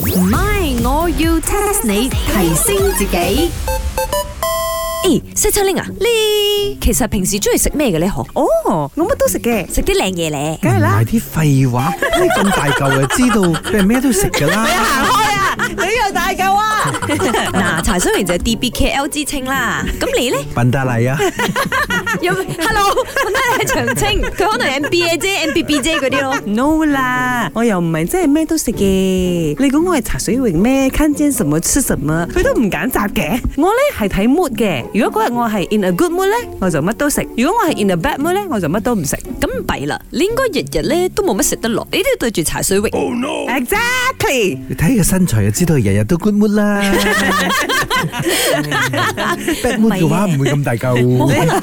唔係，我要 test 你提升自己。咦，西秋玲啊，你其實平時中意食咩嘅咧？嗬，哦，我乜都食嘅，食啲靚嘢咧。梗係啦唔係。啲廢話，你咁大嚿就知道 佢係咩都食㗎啦。你又大嚿啊！嗱，茶水榮就係 DBKL 之稱啦。咁你咧？笨達黎啊，有 Hello，我都係長青，佢可能 MBA 啫、MBB 啫嗰啲咯。 No 啦，我又唔係真係咩都食嘅。你講我係茶水榮咩？看見什麼吃什麼，佢都唔揀擇嘅。我呢係睇 mood 嘅。如果嗰日我係 in a good mood 呢，我就乜都食；如果我係 in a bad mood 呢，我就乜都唔食。咁弊啦，你應該日日咧都冇乜食得落，你都要對住茶水榮。 Exactly，你睇佢身材就知道佢日日都 good mood 啦。bad mood 嘅話唔會咁大冇可嚿。能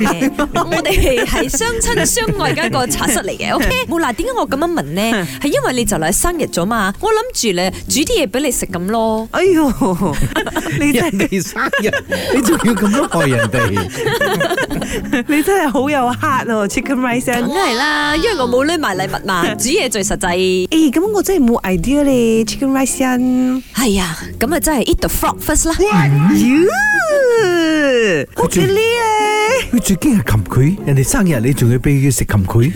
嘅，我哋係相親相愛嘅一個茶室嚟嘅，OK？冇啦，點解我咁樣問呢？係因為你就嚟生日咗嘛，我諗住咧煮啲嘢俾你食咁咯。哎呦，你真人係哋生日，你仲要咁樣害人哋？你真係好有 heart 哦，Chicken Rice 梗 and 係啦，因為我冇匿埋禮物嘛，煮嘢最實際。誒，咁我真係冇 idea 咧，Chicken Rice and 係啊，咁啊真係 eat the frog first 啦。 you，佢最呢咧。佢最驚係擒佢，人哋生日你仲要俾佢食擒佢？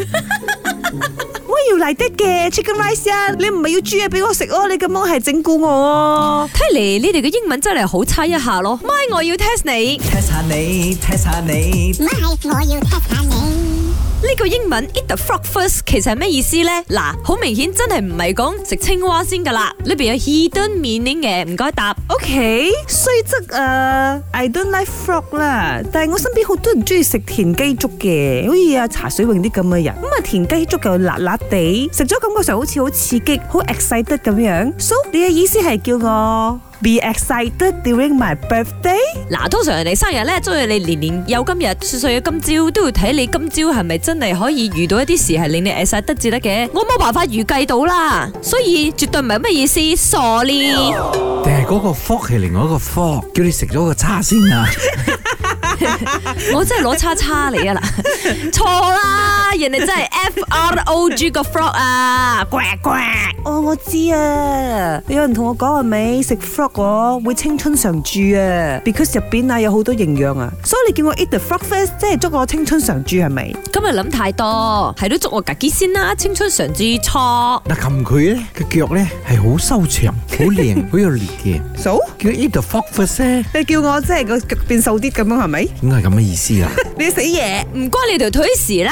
我要嚟得嘅 chicken rice 啊！你唔係要煮嘢俾我食哦，你咁樣係整蠱我哦。睇嚟你哋嘅英文真係好差一下咯。咪我要 test 你， test 下你，test 下你唔係，我要 test 下你。呢個英文 eat the frog first 其實係咩意思呢？嗱，好明顯真係唔係講食青蛙先㗎啦，裏邊有 hidden meaning 嘅，唔該答。 OK，雖則啊，I don't like frog 啦，但係我身邊好多人中意食田雞粥嘅，好似啊茶水泳啲咁嘅人。咁啊田雞粥又辣辣地，食咗感覺上好似好刺激，好 excited 咁樣。So 你嘅意思係叫我 be excited during my birthday？嗱，通常人哋生日咧，祝你年年有今日，歲歲有今朝，都要睇你今朝係咪真係可以遇到一啲事係令你 excited 得至得嘅。我冇辦法預計到啦，所以絕對唔係咩意思，sorry。定係嗰個 fork 係另外一個 fork，叫你食咗個叉先啊！我真係攞叉叉你啊啦，錯啦，人哋真係 F R O G 個 frog 啊，呱呱。哦，我知啊，有人同我講係咪食 frog 我會青春常駐啊，because 入邊啊有好多營養啊，所以你叫我 eat the frog first，即係祝我青春常駐係咪？今日諗太多，係都祝我格機先啦，青春常駐錯。嗱，擒佢咧，個腳咧係好修長、好靚、好有力嘅。數叫 eat the fork first 咧，你叫我即係個腳變瘦啲咁樣係咪？應該係咁嘅意思啊啦。你死嘢！呃唔關你條腿事啦，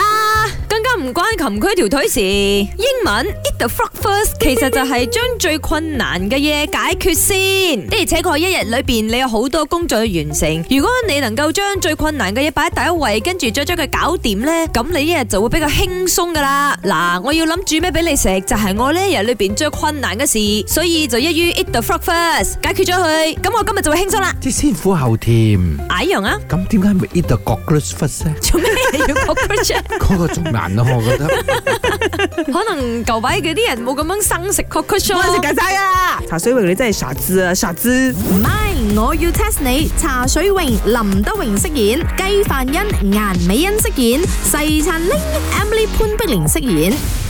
更加唔關擒佢條腿事。英文 eat the frog first 其實就係將最困難嘅嘢解決先。的而且確一日裏邊你有好多工作要完成，如果你能夠將最困難嘅嘢擺喺第一位，跟住再將佢搞掂呢，咁你一日就會比較輕鬆噶啦。嗱，我要諗煮咩俾你食，就係、我呢一日裏邊最困難嘅事，所以就一於 eat the frog first 解決咗佢，咁我今日就會輕鬆啦。 即係先苦後甜，矮羊啊，咁點解唔 eat the cockroach first 咧？做咩 你要 c o c r o a c 嗰個仲難咯，我覺得。可能舊位嗰啲人冇咁樣生食 cockroach 我食咯。曱甴啊！茶水榮你真係傻子啊，傻子！唔係，我要 test 你。茶水榮、林德榮飾演，雞凡欣、顏美欣飾演，細陳玲、Emily 潘碧玲飾演。